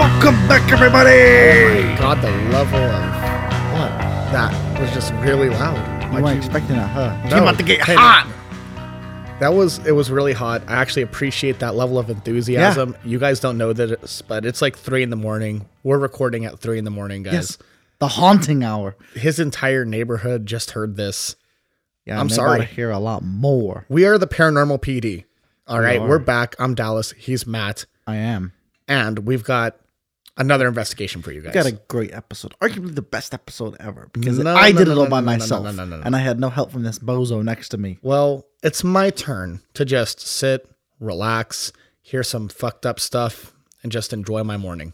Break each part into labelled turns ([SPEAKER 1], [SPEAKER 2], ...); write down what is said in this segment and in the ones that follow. [SPEAKER 1] Welcome back, everybody.
[SPEAKER 2] God, the level of
[SPEAKER 3] What?
[SPEAKER 2] that was just really loud.
[SPEAKER 3] You
[SPEAKER 2] Why'd
[SPEAKER 3] weren't
[SPEAKER 2] you-
[SPEAKER 3] expecting a huh?
[SPEAKER 1] It's about to get hot.
[SPEAKER 2] That was it was really hot. I actually appreciate that level of enthusiasm. You guys don't know this, but it's like three in the morning. We're recording at three in the morning, guys.
[SPEAKER 3] Yes. The haunting hour.
[SPEAKER 2] His entire neighborhood just heard this.
[SPEAKER 3] Yeah,
[SPEAKER 2] I'm
[SPEAKER 3] and they're
[SPEAKER 2] sorry.
[SPEAKER 3] about to hear a lot more.
[SPEAKER 2] We are the paranormal PD. All right,
[SPEAKER 3] are.
[SPEAKER 2] we're back. I'm Dallas. He's Matt,
[SPEAKER 3] I am.
[SPEAKER 2] and we've got another investigation for you guys.
[SPEAKER 3] Got a great episode, arguably the best episode ever, because
[SPEAKER 2] No,
[SPEAKER 3] I
[SPEAKER 2] no,
[SPEAKER 3] did
[SPEAKER 2] no,
[SPEAKER 3] it all
[SPEAKER 2] no,
[SPEAKER 3] by
[SPEAKER 2] no, no, no,
[SPEAKER 3] myself,
[SPEAKER 2] no, no, no.
[SPEAKER 3] and I had no help from this bozo next to me.
[SPEAKER 2] Well, it's my turn to just sit, relax, hear some fucked up stuff, and just enjoy my morning.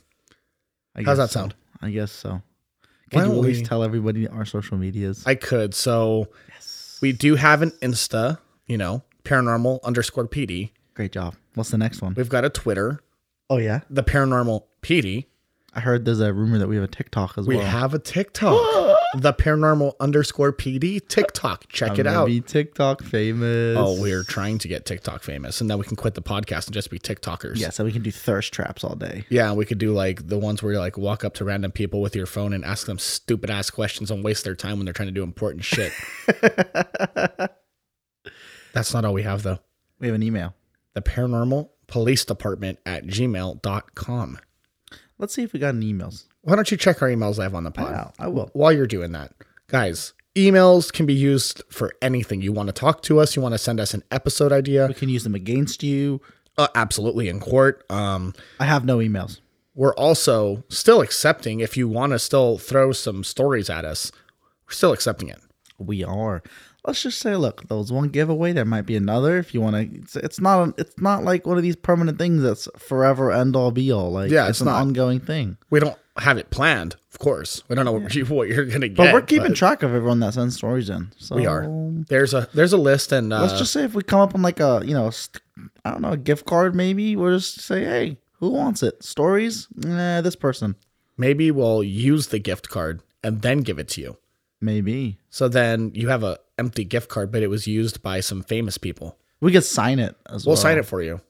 [SPEAKER 3] I
[SPEAKER 2] How's
[SPEAKER 3] guess
[SPEAKER 2] that
[SPEAKER 3] so.
[SPEAKER 2] sound?
[SPEAKER 3] I guess so.
[SPEAKER 2] Why
[SPEAKER 3] Can you
[SPEAKER 2] don't
[SPEAKER 3] at least
[SPEAKER 2] we-
[SPEAKER 3] tell everybody our social medias?
[SPEAKER 2] I could. So
[SPEAKER 3] yes.
[SPEAKER 2] we do have an Insta, you know, paranormal underscore PD.
[SPEAKER 3] Great job. What's the next one?
[SPEAKER 2] We've got a Twitter,
[SPEAKER 3] Oh yeah,
[SPEAKER 2] the paranormal PD.
[SPEAKER 3] I heard there's a rumor that we have a TikTok as
[SPEAKER 2] We
[SPEAKER 3] well.
[SPEAKER 2] have a TikTok, the paranormal underscore PD TikTok. Check
[SPEAKER 3] I'm
[SPEAKER 2] it
[SPEAKER 3] gonna
[SPEAKER 2] out.
[SPEAKER 3] Be TikTok famous.
[SPEAKER 2] Oh, we're trying to get TikTok famous, and then we can quit the podcast and just be TikTokers.
[SPEAKER 3] yeah. So we can do thirst traps all day.
[SPEAKER 2] Yeah, we could do like the ones where you like walk up to random people with your phone and ask them stupid ass questions and waste their time when they're trying to do important shit. That's not all we have though.
[SPEAKER 3] We have an email.
[SPEAKER 2] The paranormal police department at gmail.com.
[SPEAKER 3] Let's see if we got any emails.
[SPEAKER 2] Why don't you check our emails live on the pod?
[SPEAKER 3] Wow, I will.
[SPEAKER 2] While you're doing that, guys, emails can be used for anything. You want to talk to us, you want to send us an episode idea,
[SPEAKER 3] We can use them against you.
[SPEAKER 2] uh, absolutely in court. Um,
[SPEAKER 3] I have no emails.
[SPEAKER 2] we're also still accepting if you want to still throw some stories at us we're still accepting it
[SPEAKER 3] We are. Let's just say, look, there was one giveaway. There might be another. If you want to, it's, it's not. It's not like one of these permanent things that's forever end all be all. Like,
[SPEAKER 2] Yeah,
[SPEAKER 3] it's,
[SPEAKER 2] it's
[SPEAKER 3] an
[SPEAKER 2] not.
[SPEAKER 3] ongoing thing.
[SPEAKER 2] we don't have it planned of course we don't know what, you, what you're gonna get
[SPEAKER 3] But we're keeping
[SPEAKER 2] but
[SPEAKER 3] track of everyone that sends stories in. So
[SPEAKER 2] we are there's a there's a list and uh,
[SPEAKER 3] Let's just say if we come up on like a you know, st- I don't know, a gift card maybe. We'll just say, hey, who wants it? Stories? Nah, this person.
[SPEAKER 2] maybe we'll use the gift card and then give it to you
[SPEAKER 3] Maybe
[SPEAKER 2] so then you have a empty gift card but it was used by some famous people
[SPEAKER 3] we could sign it as well.
[SPEAKER 2] we'll sign it for you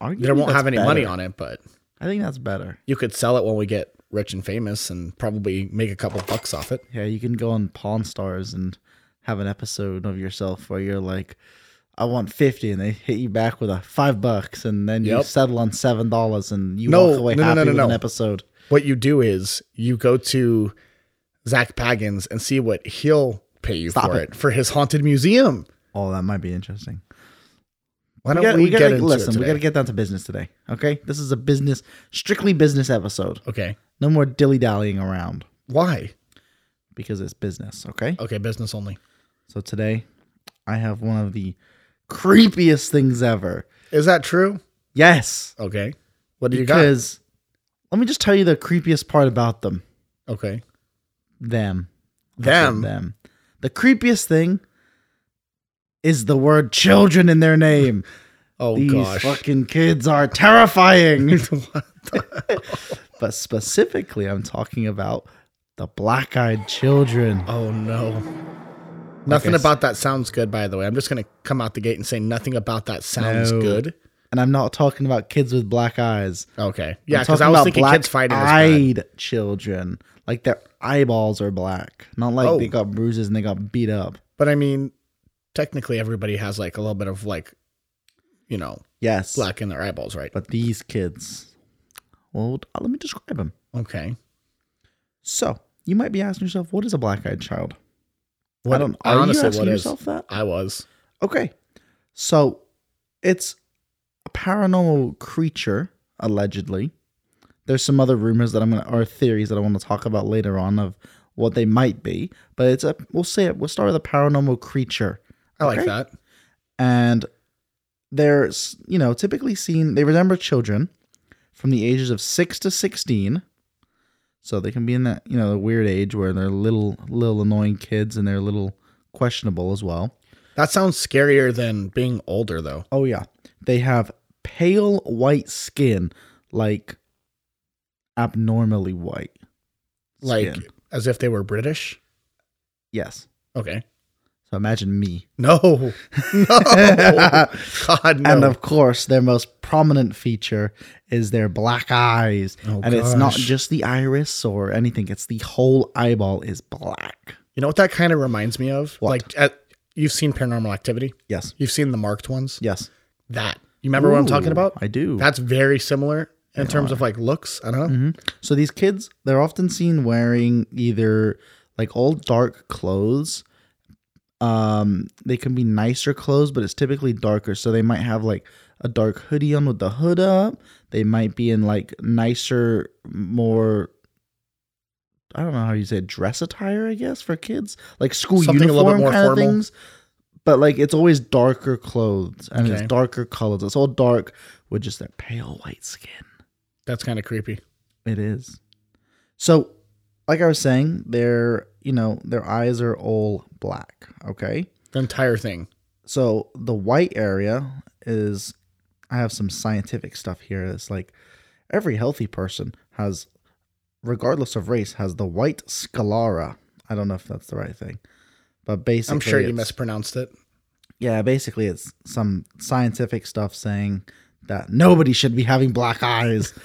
[SPEAKER 3] Arguably,
[SPEAKER 2] they won't
[SPEAKER 3] that's
[SPEAKER 2] have any money
[SPEAKER 3] better.
[SPEAKER 2] on it but
[SPEAKER 3] I think that's better.
[SPEAKER 2] you could sell it when we get rich and famous and probably make a couple bucks off it
[SPEAKER 3] Yeah, you can go on Pawn Stars and have an episode of yourself where you're like, I want fifty, and they hit you back with a five bucks, and then you
[SPEAKER 2] Yep.
[SPEAKER 3] settle on seven dollars, and you
[SPEAKER 2] No,
[SPEAKER 3] walk away
[SPEAKER 2] no, no,
[SPEAKER 3] happy
[SPEAKER 2] no, no,
[SPEAKER 3] with an
[SPEAKER 2] no.
[SPEAKER 3] episode.
[SPEAKER 2] what you do is you go to Zach Baggins and see what he'll pay you
[SPEAKER 3] Stop
[SPEAKER 2] for it.
[SPEAKER 3] it.
[SPEAKER 2] for his haunted museum.
[SPEAKER 3] Oh, that might be interesting.
[SPEAKER 2] Why
[SPEAKER 3] We
[SPEAKER 2] don't
[SPEAKER 3] gotta,
[SPEAKER 2] we,
[SPEAKER 3] we
[SPEAKER 2] get
[SPEAKER 3] gotta-
[SPEAKER 2] into
[SPEAKER 3] listen.
[SPEAKER 2] it
[SPEAKER 3] we
[SPEAKER 2] today?
[SPEAKER 3] gotta get down to business today. Okay, this is a business, strictly business episode.
[SPEAKER 2] okay.
[SPEAKER 3] No more dilly dallying around
[SPEAKER 2] Why?
[SPEAKER 3] because it's business. Okay.
[SPEAKER 2] Okay, business only.
[SPEAKER 3] So today, I have one of the creepiest things ever.
[SPEAKER 2] Is that true?
[SPEAKER 3] Yes,
[SPEAKER 2] Okay. What do you
[SPEAKER 3] because let me just tell you the creepiest part about them.
[SPEAKER 2] got? Okay.
[SPEAKER 3] them. I said
[SPEAKER 2] Them.
[SPEAKER 3] Them. The creepiest thing is the word children in their name.
[SPEAKER 2] Oh
[SPEAKER 3] These
[SPEAKER 2] gosh.
[SPEAKER 3] fucking kids are terrifying.
[SPEAKER 2] What?
[SPEAKER 3] but specifically, I'm talking about the black eyed children.
[SPEAKER 2] oh no. Nothing
[SPEAKER 3] Okay, so-
[SPEAKER 2] about that sounds good, by the way. I'm just gonna come out the gate and say nothing about that sounds
[SPEAKER 3] No.
[SPEAKER 2] good.
[SPEAKER 3] And I'm not talking about kids with black eyes.
[SPEAKER 2] Okay.
[SPEAKER 3] I'm
[SPEAKER 2] Yeah, because
[SPEAKER 3] talking
[SPEAKER 2] I was
[SPEAKER 3] about
[SPEAKER 2] thinking kids fighting is bad.
[SPEAKER 3] black-eyed children. Like their eyeballs are black. Not like
[SPEAKER 2] Oh.
[SPEAKER 3] they got bruises and they got beat up.
[SPEAKER 2] But I mean, technically everybody has like a little bit of like you know,
[SPEAKER 3] Yes.
[SPEAKER 2] black in their eyeballs, right?
[SPEAKER 3] But these kids. Well, let me describe them.
[SPEAKER 2] Okay.
[SPEAKER 3] So you might be asking yourself, what is a black-eyed child?
[SPEAKER 2] What-
[SPEAKER 3] I don't.
[SPEAKER 2] I
[SPEAKER 3] Are
[SPEAKER 2] honestly-
[SPEAKER 3] you
[SPEAKER 2] what
[SPEAKER 3] asking
[SPEAKER 2] is-
[SPEAKER 3] yourself that?
[SPEAKER 2] I was.
[SPEAKER 3] Okay. So it's a paranormal creature, allegedly. There's some other rumors that I'm gonna or theories that I want to talk about later on of what they might be, but it's a we'll say it. We'll start with a paranormal creature,
[SPEAKER 2] I like
[SPEAKER 3] Okay.
[SPEAKER 2] that.
[SPEAKER 3] and they're you know typically seen. They resemble children from the ages of six to sixteen. So they can be in that you know the weird age where they're little little annoying kids and they're a little questionable as well.
[SPEAKER 2] That sounds scarier than being older, though.
[SPEAKER 3] Oh yeah. They have pale white skin, like abnormally white.
[SPEAKER 2] Like
[SPEAKER 3] skin.
[SPEAKER 2] as if they were British.
[SPEAKER 3] yes.
[SPEAKER 2] Okay.
[SPEAKER 3] So So imagine me.
[SPEAKER 2] No, no, God, no.
[SPEAKER 3] And of course, their most prominent feature is their black eyes.
[SPEAKER 2] Oh,
[SPEAKER 3] and it's not
[SPEAKER 2] gosh.
[SPEAKER 3] just the iris or anything, it's the whole eyeball is black.
[SPEAKER 2] you know what that kind of reminds me of?
[SPEAKER 3] What?
[SPEAKER 2] Like, at, you've seen Paranormal Activity.
[SPEAKER 3] Yes.
[SPEAKER 2] You've seen the marked ones.
[SPEAKER 3] Yes.
[SPEAKER 2] That you remember what I'm talking
[SPEAKER 3] Ooh,
[SPEAKER 2] about?
[SPEAKER 3] I do.
[SPEAKER 2] That's very similar in terms of like looks. I don't know.
[SPEAKER 3] So these kids, they're often seen wearing either like all dark clothes. Um, they can be nicer clothes, but it's typically darker. So they might have like a dark hoodie on with the hood up. They might be in like nicer, more. I don't know how you say it, dress attire. I guess for kids, like school
[SPEAKER 2] Something a little bit more
[SPEAKER 3] uniform kind of
[SPEAKER 2] formal.
[SPEAKER 3] things. But like it's always darker clothes and
[SPEAKER 2] Okay.
[SPEAKER 3] it's darker colors. It's all dark with just their pale white skin.
[SPEAKER 2] That's kind of creepy.
[SPEAKER 3] It is. So, like I was saying, their you know their eyes are all black. Okay,
[SPEAKER 2] The entire thing.
[SPEAKER 3] so the white area is. I have some scientific stuff here. It's like every healthy person has, regardless of race, has the white scalara. I don't know if that's the right thing, but basically,
[SPEAKER 2] I'm sure you
[SPEAKER 3] it's-
[SPEAKER 2] mispronounced it.
[SPEAKER 3] yeah, basically it's some scientific stuff saying that nobody should be having black eyes.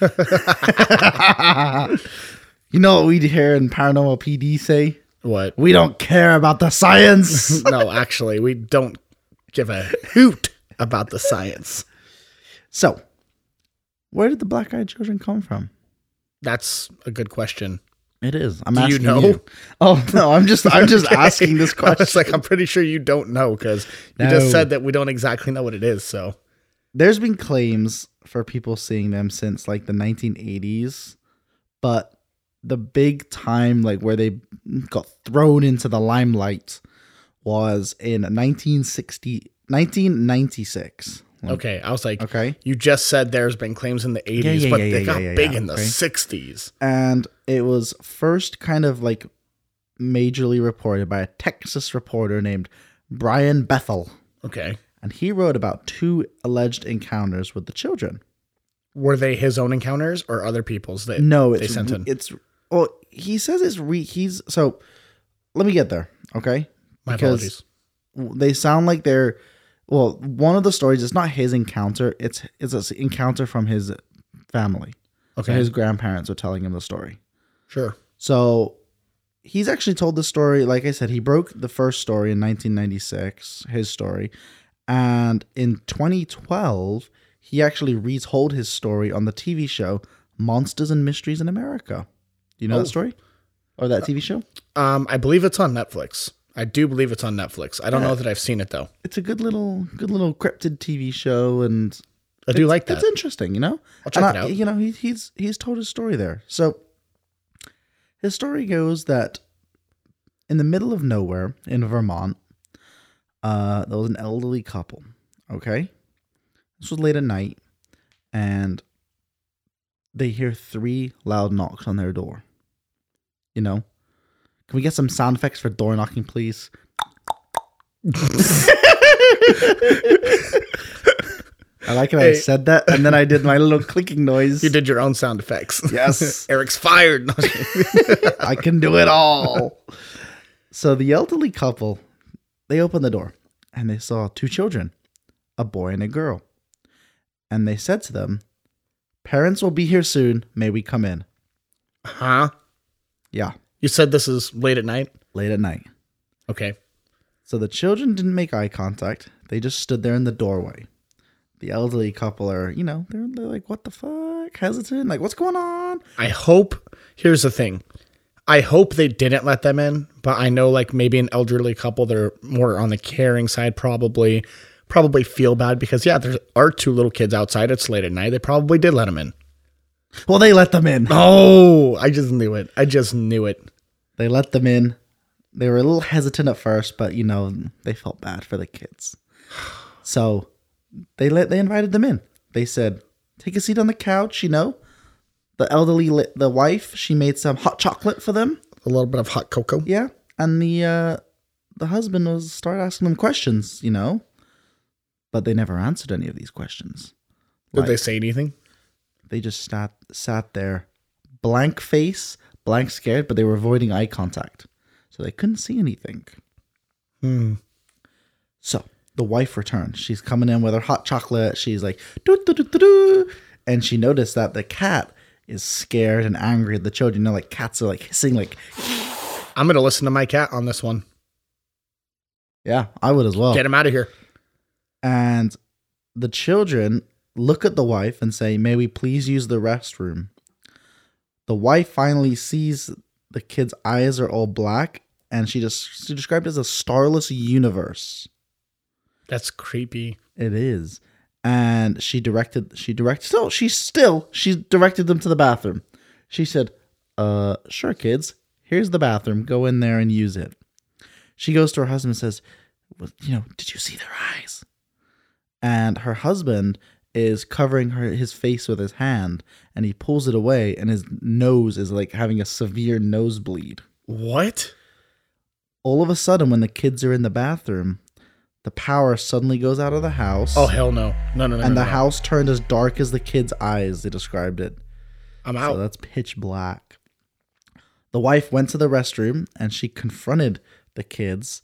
[SPEAKER 3] you know what we hear in paranormal PD say?
[SPEAKER 2] What?
[SPEAKER 3] We don't care about the science.
[SPEAKER 2] no, actually, we don't give a hoot about the science.
[SPEAKER 3] so, where did the black-eyed children come from?
[SPEAKER 2] That's a good question.
[SPEAKER 3] It is. I'm
[SPEAKER 2] Do you
[SPEAKER 3] asking you,
[SPEAKER 2] know?
[SPEAKER 3] Oh no, I'm just I'm just asking this
[SPEAKER 2] I was
[SPEAKER 3] question.
[SPEAKER 2] like, I'm pretty sure you don't know because you just
[SPEAKER 3] No.
[SPEAKER 2] said that we don't exactly know what it is. So
[SPEAKER 3] there's been claims for people seeing them since like the 1980s, but the big time like where they got thrown into the limelight was in 1960 1996. Like,
[SPEAKER 2] okay, I was like,
[SPEAKER 3] Mm. Okay.
[SPEAKER 2] you just said there's been claims in the 80s,
[SPEAKER 3] yeah,
[SPEAKER 2] but
[SPEAKER 3] yeah,
[SPEAKER 2] they
[SPEAKER 3] yeah,
[SPEAKER 2] got
[SPEAKER 3] yeah, yeah,
[SPEAKER 2] big
[SPEAKER 3] yeah,
[SPEAKER 2] in the
[SPEAKER 3] okay.
[SPEAKER 2] 60s.
[SPEAKER 3] And it was first kind of like majorly reported by a Texas reporter named Brian Bethel,
[SPEAKER 2] Okay,
[SPEAKER 3] and he wrote about two alleged encounters with the children.
[SPEAKER 2] were they his own encounters or other people's? That
[SPEAKER 3] no,
[SPEAKER 2] they
[SPEAKER 3] it's
[SPEAKER 2] sent in.
[SPEAKER 3] it's well, he says it's re he's so let me get there, okay?
[SPEAKER 2] My
[SPEAKER 3] because-
[SPEAKER 2] apologies.
[SPEAKER 3] They sound like they're well, one of the stories it's not his encounter, it's it's an encounter from his family. So
[SPEAKER 2] Okay,
[SPEAKER 3] his grandparents are telling him the story.
[SPEAKER 2] sure.
[SPEAKER 3] So he's actually told the story. Like I said, he broke the first story in 1996, his story. And in 2012, he actually retold his story on the TV show Monsters and Mysteries in America. Do you know
[SPEAKER 2] Oh.
[SPEAKER 3] that story? Or that TV show?
[SPEAKER 2] Um, I believe it's on Netflix. I do believe it's on Netflix. I don't
[SPEAKER 3] Uh,
[SPEAKER 2] know that I've seen it though.
[SPEAKER 3] It's a good little, good little cryptid TV show, and
[SPEAKER 2] I do like that.
[SPEAKER 3] It's interesting, you know.
[SPEAKER 2] I'll check
[SPEAKER 3] And
[SPEAKER 2] it
[SPEAKER 3] I-
[SPEAKER 2] out.
[SPEAKER 3] You know, he, he's he's told his story there. So his story goes that in the middle of nowhere in Vermont, uh, there was an elderly couple. Okay, this was late at night, and they hear three loud knocks on their door. You know, can we get some sound effects for door knocking, please? I like it. how I
[SPEAKER 2] Hey.
[SPEAKER 3] said that, and then I did my little clicking noise.
[SPEAKER 2] You did your own sound effects.
[SPEAKER 3] Yes.
[SPEAKER 2] Eric's fired. No, I'm just kidding.
[SPEAKER 3] I can do it all. So the elderly couple, they opened the door and they saw two children, a boy and a girl. And they said to them, Parents will be here soon. May we come in?
[SPEAKER 2] huh?
[SPEAKER 3] Yeah,
[SPEAKER 2] You said this is late at night?
[SPEAKER 3] late at night.
[SPEAKER 2] Okay.
[SPEAKER 3] So the children didn't make eye contact. They just stood there in the doorway. The elderly couple are, you know, they're, they're like, what the fuck? Hesitant. Like, what's going on?
[SPEAKER 2] I hope here's the thing. I hope they didn't let them in, but I know like maybe an elderly couple they're more on the caring side probably probably feel bad because yeah, there are two little kids outside. It's late at night. They probably did let them in.
[SPEAKER 3] Well, they let them in.
[SPEAKER 2] Oh, I just knew it. I just knew it.
[SPEAKER 3] They let them in. They were a little hesitant at first, but you know, they felt bad for the kids. So they let they invited them in. They said, "Take a seat on the couch, you know." The elderly li- the wife, she made some hot chocolate for them.
[SPEAKER 2] A little bit of hot cocoa.
[SPEAKER 3] Yeah. And the uh the husband was started asking them questions, you know. But they never answered any of these questions.
[SPEAKER 2] Did they
[SPEAKER 3] Like-
[SPEAKER 2] say anything?
[SPEAKER 3] They just sat sat there, blank face, blank scared, but they were avoiding eye contact, so they couldn't see anything.
[SPEAKER 2] Hmm.
[SPEAKER 3] So the wife returns. She's coming in with her hot chocolate. She's like, doo, doo, doo, doo, doo. and she noticed that the cat is scared and angry at the children. You know, like cats are like hissing, like,
[SPEAKER 2] I'm gonna listen to my cat on this one.
[SPEAKER 3] yeah, I would as well.
[SPEAKER 2] Get him out of here.
[SPEAKER 3] and the children look at the wife and say, May we please use the restroom? The wife finally sees the kid's eyes are all black, and she just she described it as a starless universe.
[SPEAKER 2] That's creepy.
[SPEAKER 3] It is. And she directed she directed so she still she directed them to the bathroom. She said, Uh sure kids, here's the bathroom. Go in there and use it. She goes to her husband and says, "Well, you know, did you see their eyes? And her husband is covering her his face with his hand and he pulls it away and his nose is like having a severe nosebleed
[SPEAKER 2] What?
[SPEAKER 3] all of a sudden when the kids are in the bathroom the power suddenly goes out of the house
[SPEAKER 2] Oh hell no. No no no.
[SPEAKER 3] and
[SPEAKER 2] no,
[SPEAKER 3] the
[SPEAKER 2] no.
[SPEAKER 3] house turned as dark as the kids eyes they described it
[SPEAKER 2] I'm
[SPEAKER 3] so
[SPEAKER 2] out.
[SPEAKER 3] that's pitch black the wife went to the restroom and she confronted the kids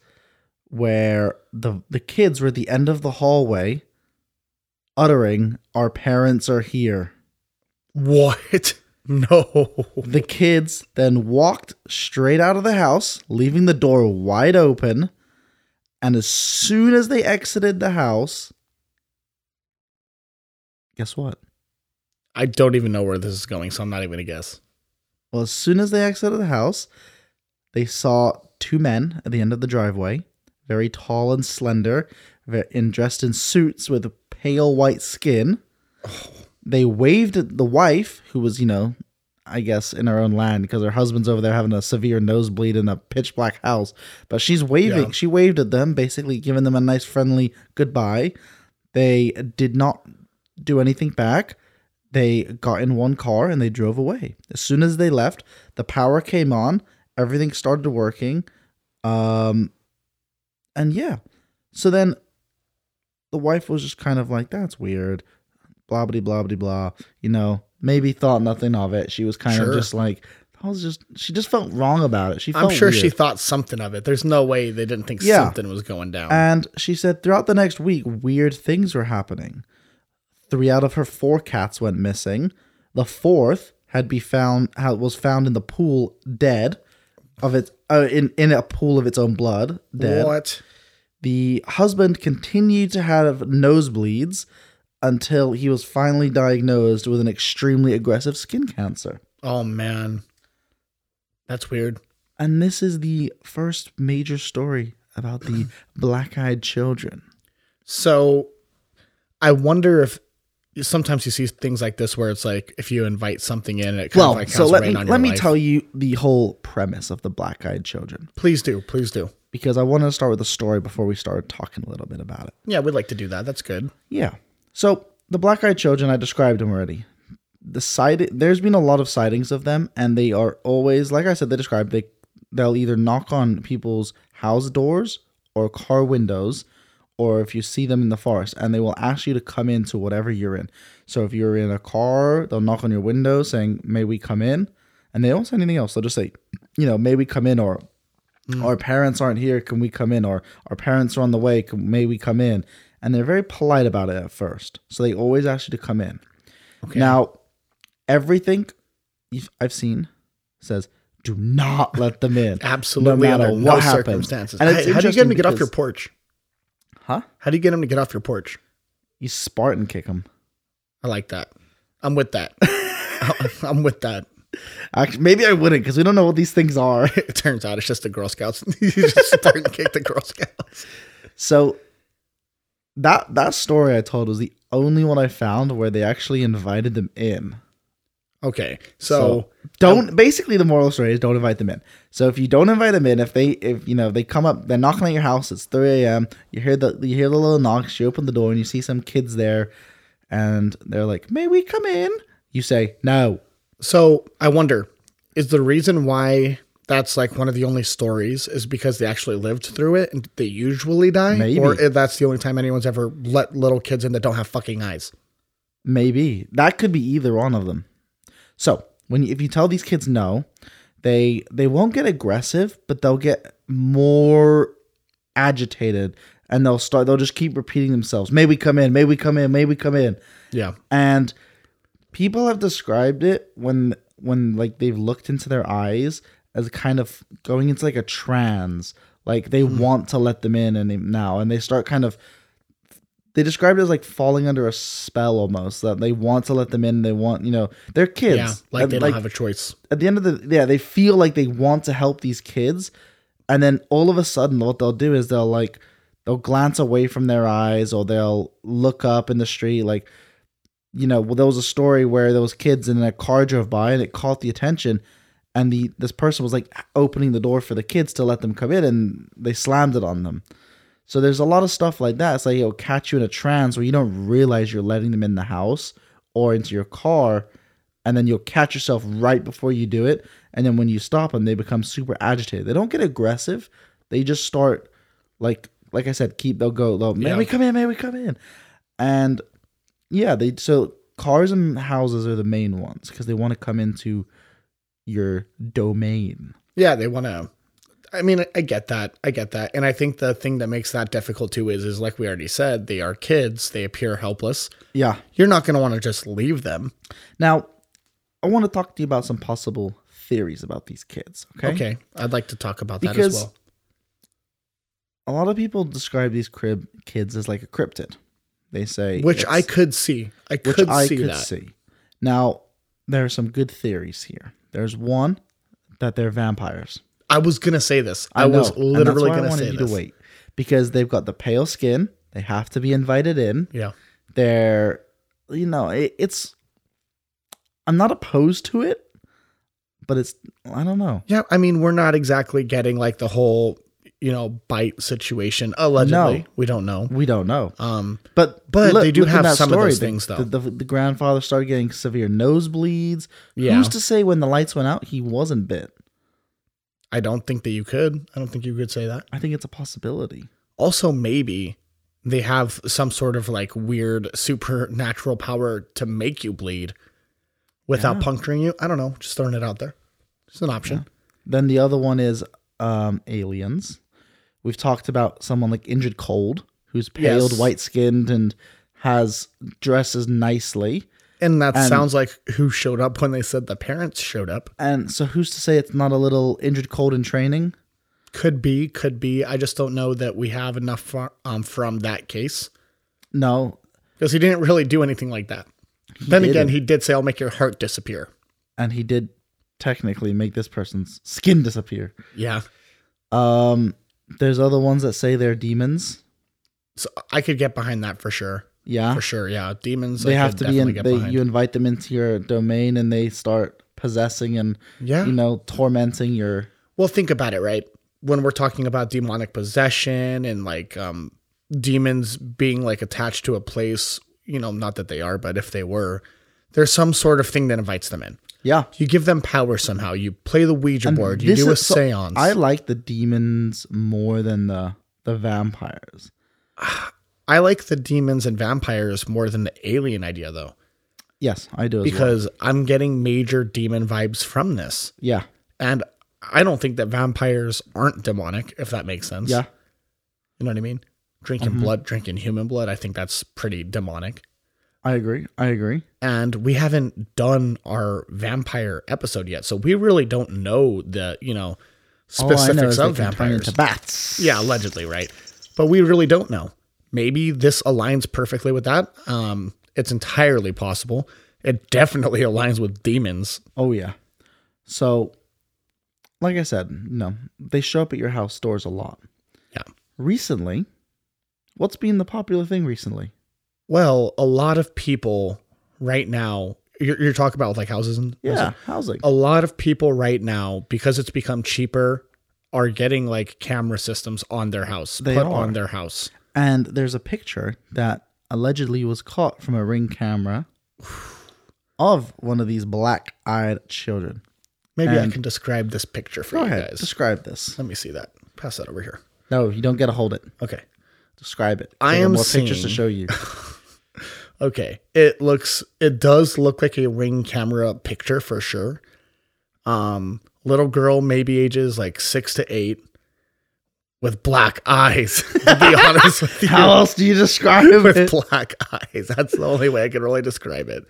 [SPEAKER 3] where the the kids were at the end of the hallway uttering our parents are here
[SPEAKER 2] What? No.
[SPEAKER 3] The kids then walked straight out of the house, leaving the door wide open. And as soon as they exited the house, guess what?
[SPEAKER 2] I don't even know where this is going, so I'm not even gonna guess.
[SPEAKER 3] Well, as soon as they exited the house, they saw two men at the end of the driveway, very tall and slender, ve- and dressed in suits with pale white skin. They waved at the wife, who was, you know, I guess in her own land because her husband's over there having a severe nosebleed in a pitch black house. But she's waving.
[SPEAKER 2] Yeah.
[SPEAKER 3] She waved at them, basically giving them a nice friendly goodbye. They did not do anything back. They got in one car and they drove away. As soon as they left, the power came on, everything started working. Um and yeah. So then the wife was just kind of like, that's weird. Blah blah blah blah blah. You know, maybe thought nothing of it. She was kind
[SPEAKER 2] Sure.
[SPEAKER 3] of just like I was just she just felt wrong about it. She felt
[SPEAKER 2] I'm sure she
[SPEAKER 3] weird.
[SPEAKER 2] thought something of it. There's no way they didn't think
[SPEAKER 3] Yeah.
[SPEAKER 2] something was going down.
[SPEAKER 3] And she said throughout the next week, weird things were happening. Three out of her four cats went missing. The fourth had be found had, was found in the pool dead, of its uh, in in a pool of its own blood dead.
[SPEAKER 2] what?
[SPEAKER 3] The husband continued to have nosebleeds until he was finally diagnosed with an extremely aggressive skin cancer.
[SPEAKER 2] Oh man. That's weird.
[SPEAKER 3] And this is the first major story about the black-eyed children.
[SPEAKER 2] So I wonder if sometimes you see things like this where it's like if you invite something in, it kind
[SPEAKER 3] well,
[SPEAKER 2] of like
[SPEAKER 3] so let me
[SPEAKER 2] on
[SPEAKER 3] let me tell you the whole premise of the Black Eyed Children
[SPEAKER 2] Please do, please do.
[SPEAKER 3] because I wanted to start with a story before we started talking a little bit about it.
[SPEAKER 2] Yeah, we'd like to do that. That's good.
[SPEAKER 3] Yeah. So the Black Eyed Children, I described them already. The sight, there's been a lot of sightings of them, and they are always, like I said, they described they they'll either knock on people's house doors or car windows, or if you see them in the forest, and they will ask you to come into whatever you're in. So if you're in a car, they'll knock on your window saying, "May we come in?" And they don't say anything else. They'll just say, "You know, may we come in?" or our parents aren't here can we come in or our parents are on the way can, may we come in and they're very polite about it at first so they always ask you to come in now everything you've- i've seen says do not let them in
[SPEAKER 2] Absolutely,
[SPEAKER 3] no matter
[SPEAKER 2] under
[SPEAKER 3] what
[SPEAKER 2] no
[SPEAKER 3] happens
[SPEAKER 2] circumstances.
[SPEAKER 3] and
[SPEAKER 2] And
[SPEAKER 3] it's
[SPEAKER 2] how do you get him
[SPEAKER 3] interesting
[SPEAKER 2] to get off your
[SPEAKER 3] because-
[SPEAKER 2] porch?
[SPEAKER 3] huh
[SPEAKER 2] How do you get him to get off your porch?
[SPEAKER 3] you spartan kick them
[SPEAKER 2] I like that. I'm with that. I'm with that.
[SPEAKER 3] Actually, maybe i wouldn't because we don't know what these things are
[SPEAKER 2] It turns out it's just the Girl Scouts. you just start and kick the Girl Scouts.
[SPEAKER 3] So that that story I told was the only one I found where they actually invited them in.
[SPEAKER 2] Okay, so
[SPEAKER 3] don't basically the moral of the story is don't invite them in. So if you don't invite them in, if they if you know they come up, they're knocking at your house. It's three a.m. You hear the you hear the little knocks. You open the door and you see some kids there, and they're like, "May we come in?" You say no.
[SPEAKER 2] So I wonder, is the reason why that's like one of the only stories is because they actually lived through it and they usually die,
[SPEAKER 3] Maybe.
[SPEAKER 2] or if that's the only time anyone's ever let little kids in that don't have fucking eyes?
[SPEAKER 3] Maybe that could be either one of them. So when you, if you tell these kids no, they they won't get aggressive, but they'll get more agitated and they'll start they'll just keep repeating themselves. May we come in, may we come in, may we come in.
[SPEAKER 2] Yeah.
[SPEAKER 3] And people have described it when when like they've looked into their eyes as kind of going into like a trance. Like they
[SPEAKER 2] Mm-hmm.
[SPEAKER 3] want to let them in and they, now and they start kind of they described it as like falling under a spell almost that they want to let them in. They want, you know, they're kids.
[SPEAKER 2] Yeah. Like
[SPEAKER 3] And,
[SPEAKER 2] they don't have a choice.
[SPEAKER 3] at the end of the yeah, they feel like they want to help these kids, and then all of a sudden, what they'll do is they'll like they'll glance away from their eyes or they'll look up in the street. Like, you know, well, there was a story where there was kids and a car drove by and it caught the attention, and the this person was like opening the door for the kids to let them come in, and they slammed it on them. So there's a lot of stuff like that. It's like it'll catch you in a trance where you don't realize you're letting them in the house or into your car, and then you'll catch yourself right before you do it. And then when you stop them, they become super agitated. They don't get aggressive. They just start like like I said, keep they'll go low. May
[SPEAKER 2] Yeah.
[SPEAKER 3] we come in? May we come in? And yeah, they so cars and houses are the main ones because they want to come into your domain.
[SPEAKER 2] Yeah, they want to. I mean, I get that. I get that. And I think the thing that makes that difficult too is, is like we already said, they are kids. They appear helpless.
[SPEAKER 3] Yeah.
[SPEAKER 2] You're not going to want to just leave them.
[SPEAKER 3] Now, I want to talk to you about some possible theories about these kids. Okay.
[SPEAKER 2] Okay. I'd like to talk about that as
[SPEAKER 3] Because-
[SPEAKER 2] well.
[SPEAKER 3] A lot of people describe these crib kids as like a cryptid. They say
[SPEAKER 2] Which I
[SPEAKER 3] it's-
[SPEAKER 2] could see. I
[SPEAKER 3] which
[SPEAKER 2] could
[SPEAKER 3] I
[SPEAKER 2] see
[SPEAKER 3] could
[SPEAKER 2] that.
[SPEAKER 3] see. Now, there are some good theories here. There's one that they're vampires.
[SPEAKER 2] I was going to say this. I,
[SPEAKER 3] know,
[SPEAKER 2] was
[SPEAKER 3] and that's
[SPEAKER 2] literally
[SPEAKER 3] why I
[SPEAKER 2] going to
[SPEAKER 3] wanted
[SPEAKER 2] say
[SPEAKER 3] you
[SPEAKER 2] this.
[SPEAKER 3] to wait because they've got the pale skin. They have to be invited in.
[SPEAKER 2] Yeah.
[SPEAKER 3] They're, you know, it, it's. I'm not opposed to it, but it's I don't know.
[SPEAKER 2] Yeah. I mean, we're not exactly getting like the whole, you know, bite situation. Allegedly.
[SPEAKER 3] No.
[SPEAKER 2] We don't know.
[SPEAKER 3] We don't know.
[SPEAKER 2] Um,
[SPEAKER 3] But
[SPEAKER 2] But
[SPEAKER 3] look-
[SPEAKER 2] they do
[SPEAKER 3] look in
[SPEAKER 2] have
[SPEAKER 3] that
[SPEAKER 2] some of those
[SPEAKER 3] the-
[SPEAKER 2] things, though.
[SPEAKER 3] The, the, the grandfather started getting severe nosebleeds.
[SPEAKER 2] Yeah.
[SPEAKER 3] Who's to say when the lights went out he wasn't bit?
[SPEAKER 2] I don't think that you could. I don't think you could say that.
[SPEAKER 3] I think it's a possibility.
[SPEAKER 2] also maybe they have some sort of like weird supernatural power to make you bleed without puncturing you. I don't know. Just throwing it out there. It's an option.
[SPEAKER 3] Then the other one is um, aliens. We've talked about someone like Injured Cold, who's paled,
[SPEAKER 2] Yes.
[SPEAKER 3] white skinned, and has dresses nicely.
[SPEAKER 2] And that
[SPEAKER 3] And-
[SPEAKER 2] sounds like who showed up when they said the parents showed up.
[SPEAKER 3] And so, who's to say it's not a little Injured Cold in training?
[SPEAKER 2] Could be, could be. I just don't know that we have enough fro- um, from that case
[SPEAKER 3] No.
[SPEAKER 2] because he didn't really do anything like that. then again,
[SPEAKER 3] didn't.
[SPEAKER 2] he did say, I'll make your heart disappear.
[SPEAKER 3] And he did technically make this person's skin disappear.
[SPEAKER 2] Yeah.
[SPEAKER 3] Um, there's other ones that say they're demons.
[SPEAKER 2] So I could get behind that for sure.
[SPEAKER 3] Yeah.
[SPEAKER 2] For sure. Yeah. Demons.
[SPEAKER 3] they
[SPEAKER 2] I
[SPEAKER 3] have
[SPEAKER 2] could
[SPEAKER 3] to be in
[SPEAKER 2] definitely get
[SPEAKER 3] they,
[SPEAKER 2] behind.
[SPEAKER 3] you invite them into your domain and they start possessing and
[SPEAKER 2] yeah.
[SPEAKER 3] you know tormenting your
[SPEAKER 2] Well, think about it, right? When we're talking about demonic possession and like um, demons being like attached to a place, you know, not that they are, but if they were, there's some sort of thing that invites them in.
[SPEAKER 3] yeah
[SPEAKER 2] You give them power somehow. You play the Ouija board. You
[SPEAKER 3] This
[SPEAKER 2] do a
[SPEAKER 3] is- so
[SPEAKER 2] seance.
[SPEAKER 3] I
[SPEAKER 2] I,
[SPEAKER 3] like the demons more than the the vampires.
[SPEAKER 2] I like the demons and vampires more than the alien idea, though,
[SPEAKER 3] Yes, I do as well.
[SPEAKER 2] because I'm getting major demon vibes from this.
[SPEAKER 3] Yeah,
[SPEAKER 2] And I don't think that vampires aren't demonic, if that makes sense.
[SPEAKER 3] yeah,
[SPEAKER 2] You know what I mean? Drinking
[SPEAKER 3] Mm-hmm.
[SPEAKER 2] blood, drinking human blood. I think that's pretty demonic.
[SPEAKER 3] I agree. I agree.
[SPEAKER 2] and we haven't done our vampire episode yet, so we really don't know the you know
[SPEAKER 3] All I
[SPEAKER 2] specifics
[SPEAKER 3] know is they
[SPEAKER 2] of
[SPEAKER 3] can turn
[SPEAKER 2] vampires.
[SPEAKER 3] into bats.
[SPEAKER 2] yeah, allegedly, right? But we really don't know. Maybe this aligns perfectly with that. Um, it's entirely possible. It definitely aligns with demons.
[SPEAKER 3] Oh yeah. So, like I said, no, they show up at your house doors a lot.
[SPEAKER 2] Yeah.
[SPEAKER 3] Recently, what's been the popular thing recently?
[SPEAKER 2] Well, a lot of people right now. You're, you're talking about like houses and
[SPEAKER 3] Yeah, housing.
[SPEAKER 2] a lot of people right now because it's become cheaper are getting like camera systems on their house
[SPEAKER 3] They
[SPEAKER 2] put
[SPEAKER 3] are.
[SPEAKER 2] on their house
[SPEAKER 3] And there's a picture that allegedly was caught from a ring camera of one of these black-eyed children.
[SPEAKER 2] Maybe I
[SPEAKER 3] And-
[SPEAKER 2] can describe this picture for
[SPEAKER 3] Go
[SPEAKER 2] you
[SPEAKER 3] ahead.
[SPEAKER 2] guys.
[SPEAKER 3] Describe this.
[SPEAKER 2] Let me see that. Pass that over here.
[SPEAKER 3] No, you don't get to hold it.
[SPEAKER 2] Okay.
[SPEAKER 3] Describe it.
[SPEAKER 2] I
[SPEAKER 3] There are
[SPEAKER 2] am
[SPEAKER 3] more pictures to
[SPEAKER 2] seeing-
[SPEAKER 3] show you.
[SPEAKER 2] Okay. It looks it does look like a ring camera picture for sure. Um little girl maybe ages like 6 to 8 with black eyes. to be honest with you,
[SPEAKER 3] How else do you describe
[SPEAKER 2] with
[SPEAKER 3] it?
[SPEAKER 2] black eyes. That's the only way I can really describe it.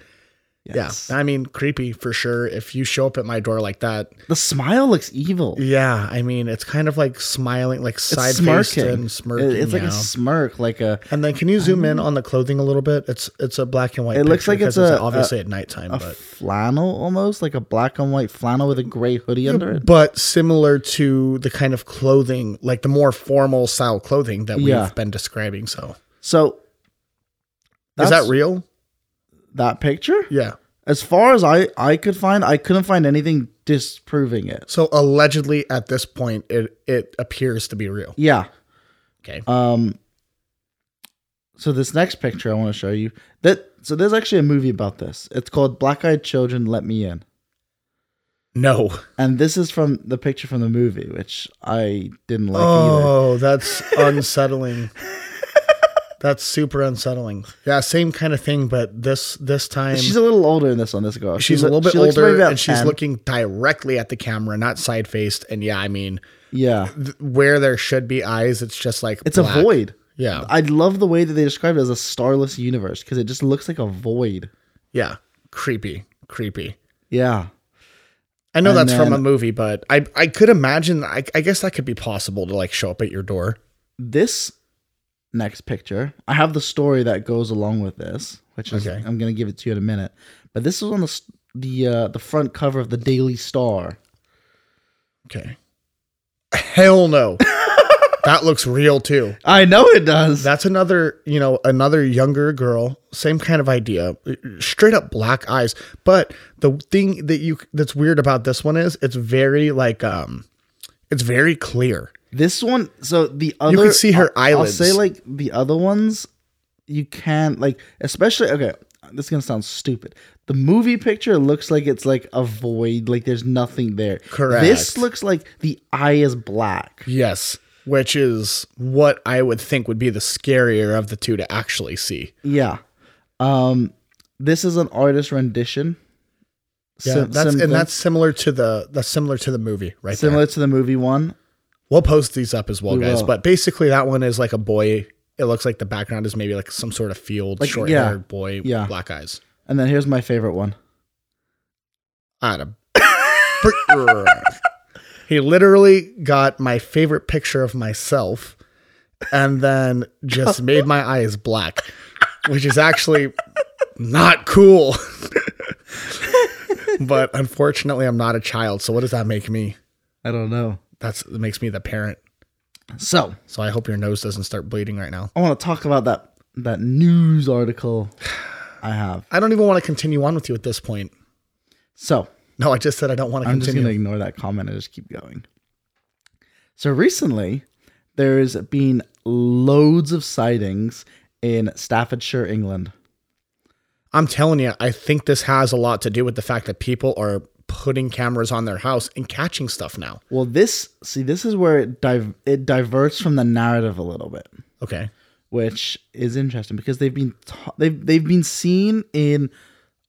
[SPEAKER 3] Yes.
[SPEAKER 2] Yeah, I mean, creepy for sure. If you show up at my door like that,
[SPEAKER 3] The smile looks evil.
[SPEAKER 2] yeah, I mean, it's kind of like smiling, like side
[SPEAKER 3] It's
[SPEAKER 2] faced
[SPEAKER 3] smirking.
[SPEAKER 2] and smirking.
[SPEAKER 3] It- it's like
[SPEAKER 2] yeah.
[SPEAKER 3] a smirk, like a
[SPEAKER 2] and then, can you zoom in on the clothing a little bit? It's it's a black and white.
[SPEAKER 3] It looks
[SPEAKER 2] picture
[SPEAKER 3] like it's
[SPEAKER 2] because
[SPEAKER 3] a-
[SPEAKER 2] obviously at nighttime,
[SPEAKER 3] a
[SPEAKER 2] but
[SPEAKER 3] flannel almost, like a black and white flannel with a gray hoodie under it.
[SPEAKER 2] but similar to the kind of clothing, like the more formal style clothing that we've
[SPEAKER 3] Yeah.
[SPEAKER 2] been describing. So,
[SPEAKER 3] So
[SPEAKER 2] is
[SPEAKER 3] that's-
[SPEAKER 2] that real?
[SPEAKER 3] That picture,
[SPEAKER 2] Yeah.
[SPEAKER 3] as far as I I could find, I couldn't find anything disproving it.
[SPEAKER 2] So allegedly, at this point, it it appears to be real.
[SPEAKER 3] Yeah.
[SPEAKER 2] Okay.
[SPEAKER 3] Um. So this next picture I want to show you that so there's actually a movie about this. It's called Black Eyed Children Let Me In,
[SPEAKER 2] No.
[SPEAKER 3] and this is from the picture from the movie, which I didn't like either.
[SPEAKER 2] oh, that's unsettling. that's super unsettling. Yeah, same kind of thing, but this this time
[SPEAKER 3] She's
[SPEAKER 2] she's
[SPEAKER 3] a little older in this one. This girl. She
[SPEAKER 2] a
[SPEAKER 3] loo-
[SPEAKER 2] little bit
[SPEAKER 3] she looks maybe
[SPEAKER 2] older
[SPEAKER 3] about
[SPEAKER 2] and she's
[SPEAKER 3] 10.
[SPEAKER 2] looking directly at the camera, not side faced. And yeah, I mean,
[SPEAKER 3] Yeah,
[SPEAKER 2] th- where there should be eyes, it's just like
[SPEAKER 3] it's a
[SPEAKER 2] black.
[SPEAKER 3] void.
[SPEAKER 2] Yeah,
[SPEAKER 3] I love the way that they describe it as a starless universe because it just looks like a void.
[SPEAKER 2] yeah, creepy, creepy.
[SPEAKER 3] Yeah.
[SPEAKER 2] I know
[SPEAKER 3] And
[SPEAKER 2] that's from
[SPEAKER 3] then-
[SPEAKER 2] a movie, but I I could imagine. I, I guess that could be possible to like show up at your door.
[SPEAKER 3] This next picture, I have the story that goes along with this, which is
[SPEAKER 2] Okay.
[SPEAKER 3] I'm gonna give it to you in a minute. But this is on the s- the uh, the front cover of the Daily Star.
[SPEAKER 2] Okay. Hell no. that looks real too.
[SPEAKER 3] I know it does.
[SPEAKER 2] That's another, you know, another younger girl, same kind of idea, straight up black eyes. But the thing that you that's weird about this one is it's very like um it's very clear.
[SPEAKER 3] this one, so the other
[SPEAKER 2] can see her
[SPEAKER 3] I'll-
[SPEAKER 2] eyelids.
[SPEAKER 3] I'll say like the other ones, you can't like especially okay. This is gonna sound stupid. The movie picture looks like it's like a void, like there's nothing there. This
[SPEAKER 2] Correct.
[SPEAKER 3] looks like the eye is black.
[SPEAKER 2] Yes, which is what I would think would be the scarier of the two to actually see.
[SPEAKER 3] Yeah. Um this is an artist rendition.
[SPEAKER 2] Yeah,
[SPEAKER 3] Sim-
[SPEAKER 2] that's
[SPEAKER 3] sim-
[SPEAKER 2] and that's similar to the that's similar to the movie, right? there.
[SPEAKER 3] similar to the movie one.
[SPEAKER 2] We'll post these up as well,
[SPEAKER 3] We
[SPEAKER 2] guys.
[SPEAKER 3] will.
[SPEAKER 2] But basically, that one is like a boy. It looks like the background is maybe like some sort of field,
[SPEAKER 3] Like,
[SPEAKER 2] short
[SPEAKER 3] yeah.
[SPEAKER 2] haired boy,
[SPEAKER 3] Yeah.
[SPEAKER 2] black eyes.
[SPEAKER 3] And then here's my favorite one.
[SPEAKER 2] Adam. he literally got my favorite picture of myself and then just made my eyes black, which is actually not cool. but unfortunately, I'm not a child. So, what does that make me?
[SPEAKER 3] I don't know.
[SPEAKER 2] That's, it makes me the parent.
[SPEAKER 3] So
[SPEAKER 2] So, I hope your nose doesn't start bleeding right now.
[SPEAKER 3] I want to talk about that that news article I have.
[SPEAKER 2] I don't even want to continue on with you at this point.
[SPEAKER 3] So
[SPEAKER 2] No, I just said I don't want to
[SPEAKER 3] I'm just
[SPEAKER 2] continue.
[SPEAKER 3] gonna ignore that comment and just keep going. So recently there's been loads of sightings in Staffordshire, England.
[SPEAKER 2] I'm telling you, I think this has a lot to do with the fact that people are putting cameras on their house and catching stuff now.
[SPEAKER 3] Well, this see, this is where it div- it diverts from the narrative a little bit.
[SPEAKER 2] Okay.
[SPEAKER 3] which is interesting because they've been ta- they've they've been seen in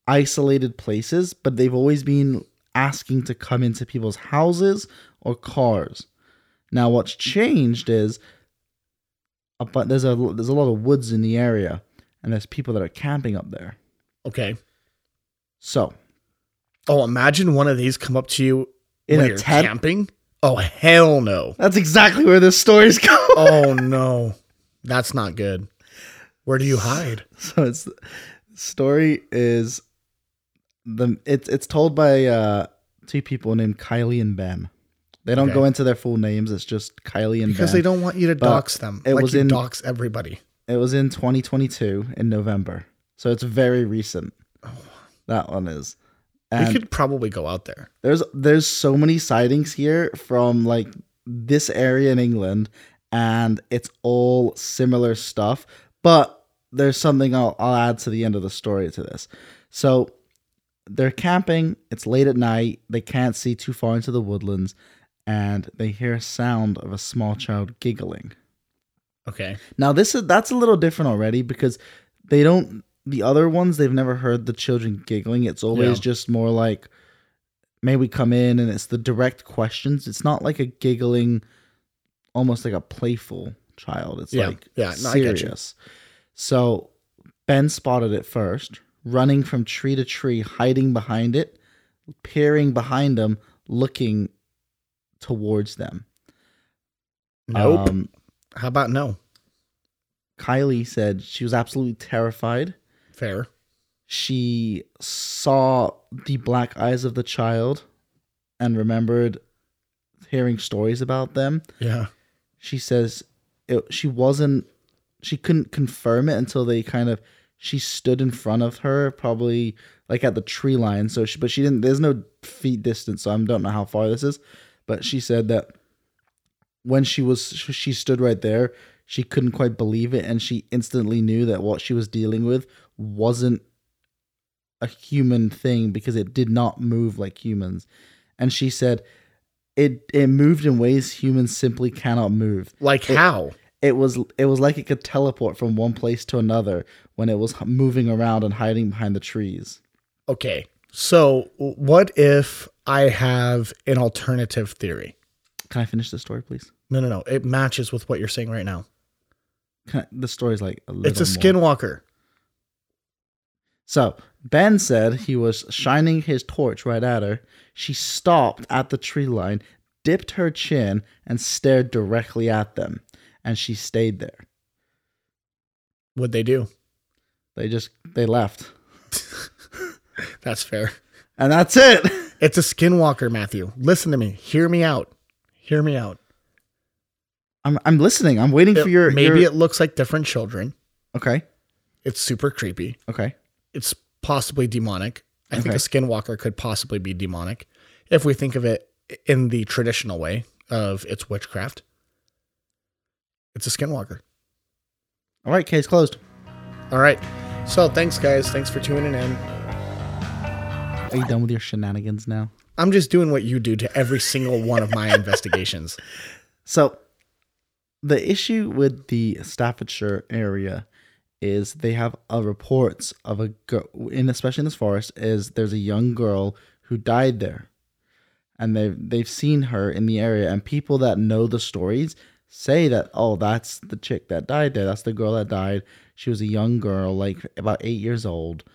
[SPEAKER 3] isolated places, but they've always been asking to come into people's houses or cars. Now, what's changed is, a bu- there's a there's a lot of woods in the area, and there's people that are camping up there.
[SPEAKER 2] Okay.
[SPEAKER 3] So,
[SPEAKER 2] Oh, imagine one of these come up to you
[SPEAKER 3] In
[SPEAKER 2] in
[SPEAKER 3] a
[SPEAKER 2] when you're
[SPEAKER 3] tent?
[SPEAKER 2] camping. Oh, hell no.
[SPEAKER 3] that's exactly where this story's going.
[SPEAKER 2] Oh, no. That's not good. Where do you hide?
[SPEAKER 3] So it's the story is the it's it's told by uh two people named Kylie and Ben. They don't
[SPEAKER 2] Okay.
[SPEAKER 3] go into their full names, it's just Kylie and
[SPEAKER 2] Because
[SPEAKER 3] Ben.
[SPEAKER 2] they don't want you to
[SPEAKER 3] But
[SPEAKER 2] dox them.
[SPEAKER 3] it
[SPEAKER 2] like
[SPEAKER 3] was
[SPEAKER 2] you
[SPEAKER 3] in-
[SPEAKER 2] dox everybody.
[SPEAKER 3] It was in 2022 in November. So it's very recent. That one is.
[SPEAKER 2] we
[SPEAKER 3] And
[SPEAKER 2] Oh. could probably go out there.
[SPEAKER 3] there's there's so many sightings here from like this area in England and it's all similar stuff but there's something I'll, I'll add to the end of the story to this so they're camping it's late at night they can't see too far into the woodlands and they hear a sound of a small child giggling
[SPEAKER 2] Okay.
[SPEAKER 3] now this is that's a little different already because they don't the other ones they've never heard the children giggling. It's always
[SPEAKER 2] Yeah.
[SPEAKER 3] just more like may we come in and it's the direct questions. It's not like a giggling almost like a playful child. It's
[SPEAKER 2] Yeah.
[SPEAKER 3] like
[SPEAKER 2] Yeah. No, I get you.
[SPEAKER 3] serious. So Ben spotted it first, running from tree to tree, hiding behind it, peering behind them, looking towards them.
[SPEAKER 2] Nope.
[SPEAKER 3] Um,
[SPEAKER 2] How about no?
[SPEAKER 3] Kylie said she was absolutely terrified.
[SPEAKER 2] Fair.
[SPEAKER 3] She saw the black eyes of the child and remembered hearing stories about them.
[SPEAKER 2] Yeah.
[SPEAKER 3] she says it, she wasn't she couldn't confirm it until they kind of she stood in front of her probably like at the tree line so she but she didn't there's no feet distance so i don't know how far this is but she said that when she was she stood right there she couldn't quite believe it and she instantly knew that what she was dealing with wasn't a human thing because it did not move like humans and she said it it moved in ways humans simply cannot move
[SPEAKER 2] Like how?
[SPEAKER 3] it was it was like it could teleport from one place to another when it was h- moving around and hiding behind the trees.
[SPEAKER 2] Okay. So, what if I have an alternative theory?
[SPEAKER 3] Can I finish the story, please?
[SPEAKER 2] No, no, no. It matches with what you're saying right now.
[SPEAKER 3] Can I, the story's like a little
[SPEAKER 2] It's a
[SPEAKER 3] more-
[SPEAKER 2] skinwalker.
[SPEAKER 3] So Ben said he was shining his torch right at her. She stopped at the tree line, dipped her chin, and stared directly at them. And she stayed there.
[SPEAKER 2] What'd they do?
[SPEAKER 3] They just they left,
[SPEAKER 2] That's fair.
[SPEAKER 3] and that's it.
[SPEAKER 2] It's a skinwalker, Matthew. Listen to me. Hear me out. Hear me out.
[SPEAKER 3] I'm I'm listening. I'm waiting for
[SPEAKER 2] It-
[SPEAKER 3] your
[SPEAKER 2] maybe
[SPEAKER 3] your-
[SPEAKER 2] it looks like different children.
[SPEAKER 3] okay
[SPEAKER 2] It's super creepy.
[SPEAKER 3] okay
[SPEAKER 2] It's possibly demonic. I think
[SPEAKER 3] Okay.
[SPEAKER 2] a skinwalker could possibly be demonic if we think of it in the traditional way of it's witchcraft. It's a skinwalker.
[SPEAKER 3] all right case closed.
[SPEAKER 2] All right. So thanks, guys. Thanks for tuning in.
[SPEAKER 3] Are you done with your shenanigans now?
[SPEAKER 2] I'm just doing what you do to every single one of my investigations.
[SPEAKER 3] So, the issue with the Staffordshire area is they have a reports of a girl, in especially in this forest, is there's a young girl who died there, and they they've seen her in the area, and people that know the stories say that oh that's the chick that died there, that's the girl that died. She was a young girl, like about eight years old,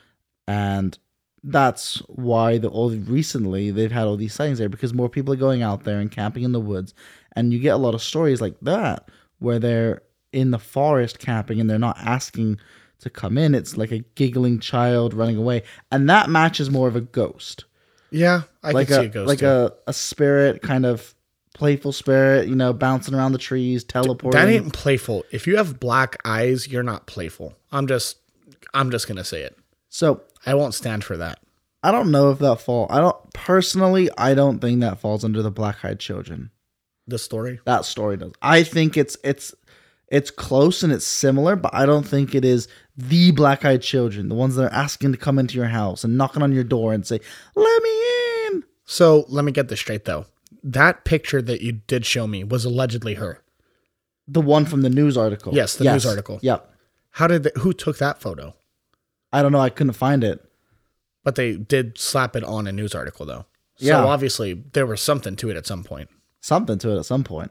[SPEAKER 3] and that's why the all recently they've had all these sightings there because more people are going out there and camping in the woods and you get a lot of stories like that where they're in the forest camping and they're not asking to come in it's like a giggling child running away and that matches more of a ghost
[SPEAKER 2] Yeah, I
[SPEAKER 3] like
[SPEAKER 2] can
[SPEAKER 3] a
[SPEAKER 2] see it goes
[SPEAKER 3] like
[SPEAKER 2] to.
[SPEAKER 3] a, a spirit kind of playful spirit you know bouncing around the trees teleporting
[SPEAKER 2] That ain't playful. If you have black eyes, you're not playful. I'm just I'm just gonna say it.
[SPEAKER 3] so
[SPEAKER 2] I won't stand for that.
[SPEAKER 3] i don't know if that fall i don't personally i don't think that falls under the black-eyed children
[SPEAKER 2] The story.
[SPEAKER 3] that story does. I think it's it's it's close and it's similar, but I don't think it is the black eyed children, the ones that are asking to come into your house and knocking on your door and say, "Let me in."
[SPEAKER 2] So let me get this straight though. That picture that you did show me was allegedly her.
[SPEAKER 3] The one from the news article.
[SPEAKER 2] Yes, the news article.
[SPEAKER 3] Yep.
[SPEAKER 2] How did they, who took that photo?
[SPEAKER 3] I don't know. I couldn't find it.
[SPEAKER 2] But they did slap it on a news article though. So
[SPEAKER 3] Yeah.
[SPEAKER 2] obviously there was something to it at some point.
[SPEAKER 3] Something to it at some point.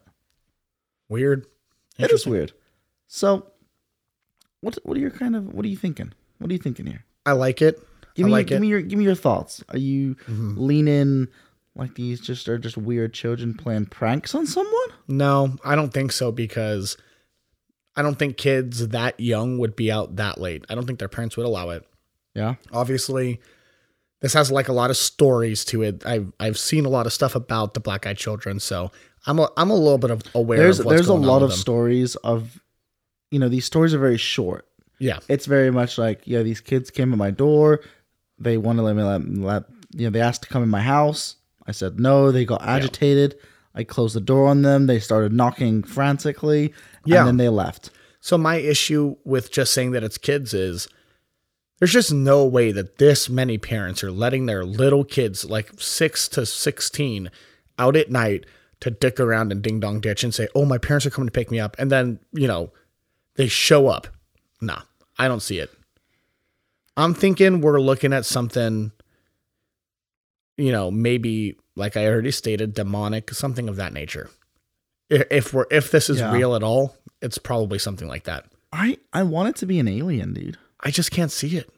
[SPEAKER 2] Weird.
[SPEAKER 3] It is weird. So, what what are your kind of what are you thinking? What are you thinking here?
[SPEAKER 2] I like it.
[SPEAKER 3] Give
[SPEAKER 2] I
[SPEAKER 3] me, your
[SPEAKER 2] like
[SPEAKER 3] give
[SPEAKER 2] it. Mm-hmm.
[SPEAKER 3] me your give me your thoughts. Are you leaning like these just are just weird children playing pranks on someone?
[SPEAKER 2] No, I don't think so because I don't think kids that young would be out that late. I don't think their parents would allow it.
[SPEAKER 3] Yeah.
[SPEAKER 2] Obviously, this has like a lot of stories to it. I've I've seen a lot of stuff about the black eyed children, so I'm a, I'm a little bit of aware.
[SPEAKER 3] there's
[SPEAKER 2] of what's
[SPEAKER 3] there's a
[SPEAKER 2] going on
[SPEAKER 3] lot
[SPEAKER 2] with
[SPEAKER 3] of
[SPEAKER 2] them.
[SPEAKER 3] stories of you know these stories are very short
[SPEAKER 2] Yeah,
[SPEAKER 3] it's very much like yeah these kids came at my door they wanted to let me let, let you know they asked to come in my house i said no they got agitated i closed the door on them they started knocking frantically
[SPEAKER 2] Yeah.
[SPEAKER 3] and then they left
[SPEAKER 2] So my issue with just saying that it's kids is there's just no way that this many parents are letting their little kids, like six to sixteen, out at night to dick around and ding dong ditch and say, "Oh, my parents are coming to pick me up," and then you know they show up. Nah, I don't see it. I'm thinking we're looking at something, you know, maybe like I already stated, demonic, something of that nature. i- if we're if this is
[SPEAKER 3] Yeah.
[SPEAKER 2] real at all, it's probably something like that.
[SPEAKER 3] I I want it to be an alien, dude.
[SPEAKER 2] I just can't see it.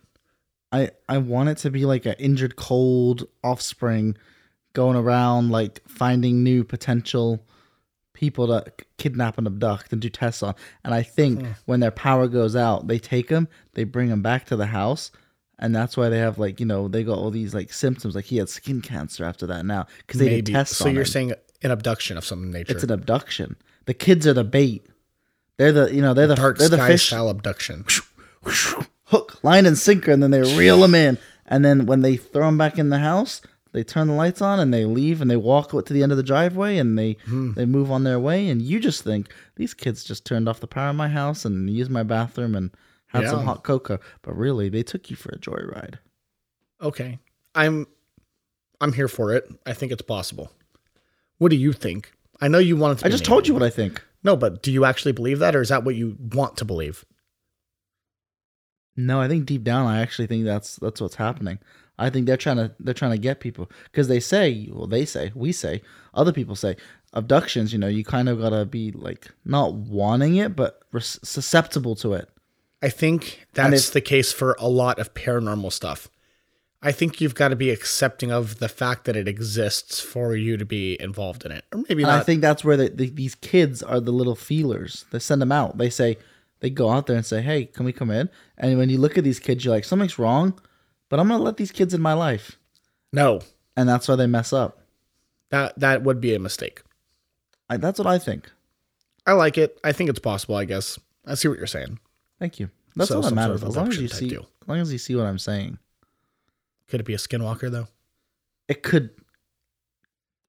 [SPEAKER 3] I I want it to be like an injured cold offspring going around like finding new potential people to k- kidnap and abduct and do tests on. And I think
[SPEAKER 2] Hmm.
[SPEAKER 3] when their power goes out, they take them, they bring them back to the house, and that's why they have like you know they got all these like symptoms. Like he had skin cancer after that now because they did
[SPEAKER 2] Maybe.
[SPEAKER 3] tests
[SPEAKER 2] So
[SPEAKER 3] on
[SPEAKER 2] you're
[SPEAKER 3] him.
[SPEAKER 2] saying an abduction of some nature.
[SPEAKER 3] it's an abduction. The kids are the bait. They're the you know they're the
[SPEAKER 2] dark
[SPEAKER 3] they're the
[SPEAKER 2] sky
[SPEAKER 3] fish
[SPEAKER 2] style abduction.
[SPEAKER 3] hook, line, and sinker, and then they reel them in. And then when they throw them back in the house, they turn the lights on and they leave and they walk out to the end of the driveway and they they move on their way. And you just think these kids just turned off the power in my house and used my bathroom and had some
[SPEAKER 2] Yeah.
[SPEAKER 3] hot cocoa, but really they took you for a joyride.
[SPEAKER 2] Okay. I'm I'm here for it. I think it's possible. What do you think? I know you want it to
[SPEAKER 3] I
[SPEAKER 2] be
[SPEAKER 3] just
[SPEAKER 2] an
[SPEAKER 3] told you
[SPEAKER 2] alien.
[SPEAKER 3] what I think.
[SPEAKER 2] No, but do you actually believe that or is that what you want to believe?
[SPEAKER 3] No, I think deep down, I actually think that's that's what's happening. I think they're trying to they're trying to get people because they say, well, they say, we say, other people say, abductions. You know, you kind of gotta be like not wanting it, but res- susceptible to it.
[SPEAKER 2] I think
[SPEAKER 3] And
[SPEAKER 2] that's
[SPEAKER 3] if-
[SPEAKER 2] the case for a lot of paranormal stuff. I think you've got to be accepting of the fact that it exists for you to be involved in it. Or maybe
[SPEAKER 3] And
[SPEAKER 2] not.
[SPEAKER 3] I think that's where the, the, these kids are the little feelers. They send them out. They say they go out there and say, hey, can we come in? And when you look at these kids, you're like, something's wrong, but I'm gonna let these kids in my life,
[SPEAKER 2] no.
[SPEAKER 3] and that's why they mess up.
[SPEAKER 2] That that would be a mistake.
[SPEAKER 3] I, that's what I think.
[SPEAKER 2] I like it. I think it's possible, I guess. I see what you're saying.
[SPEAKER 3] Thank you. That's
[SPEAKER 2] So
[SPEAKER 3] all that
[SPEAKER 2] some sort
[SPEAKER 3] matters.
[SPEAKER 2] of
[SPEAKER 3] As long as
[SPEAKER 2] abduction
[SPEAKER 3] you
[SPEAKER 2] type
[SPEAKER 3] see,
[SPEAKER 2] deal.
[SPEAKER 3] as long as you see what I'm saying,
[SPEAKER 2] Could it be a skinwalker though?
[SPEAKER 3] it could,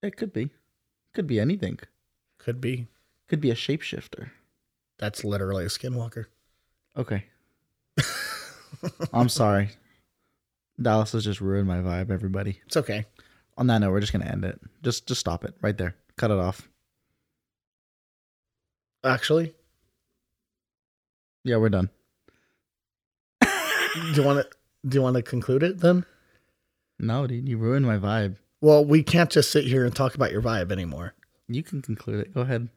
[SPEAKER 3] it could be, could be anything.
[SPEAKER 2] Could be.
[SPEAKER 3] Could be a shapeshifter.
[SPEAKER 2] That's literally a skinwalker.
[SPEAKER 3] Okay. I'm sorry. Dallas has just ruined my vibe, everybody.
[SPEAKER 2] It's okay.
[SPEAKER 3] On that note, we're just gonna end it. Just, just stop it right there. Cut it off.
[SPEAKER 2] Actually,
[SPEAKER 3] Yeah, we're done.
[SPEAKER 2] do you want to do you want to conclude it then?
[SPEAKER 3] No, dude, you ruined my vibe.
[SPEAKER 2] Well, we can't just sit here and talk about your vibe anymore.
[SPEAKER 3] You can conclude it. Go ahead.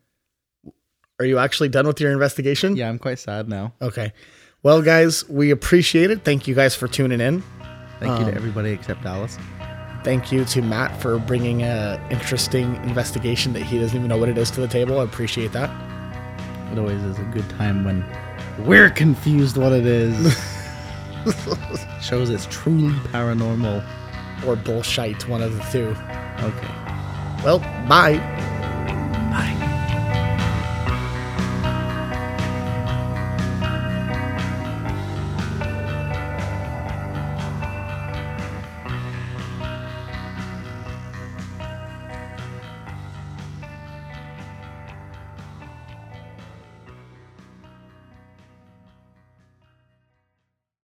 [SPEAKER 2] Are you actually done with your investigation?
[SPEAKER 3] Yeah, I'm quite sad now.
[SPEAKER 2] Okay. Well, guys, we appreciate it. Thank you guys for tuning in.
[SPEAKER 3] Thank you to
[SPEAKER 2] Um,
[SPEAKER 3] everybody except Dallas.
[SPEAKER 2] Thank you to Matt for bringing a interesting investigation that he doesn't even know what it is to the table. I appreciate that.
[SPEAKER 3] It always is a good time when we're confused what it is. Shows it's truly paranormal.
[SPEAKER 2] Or bullshite, one of the two.
[SPEAKER 3] Okay.
[SPEAKER 2] Well, bye.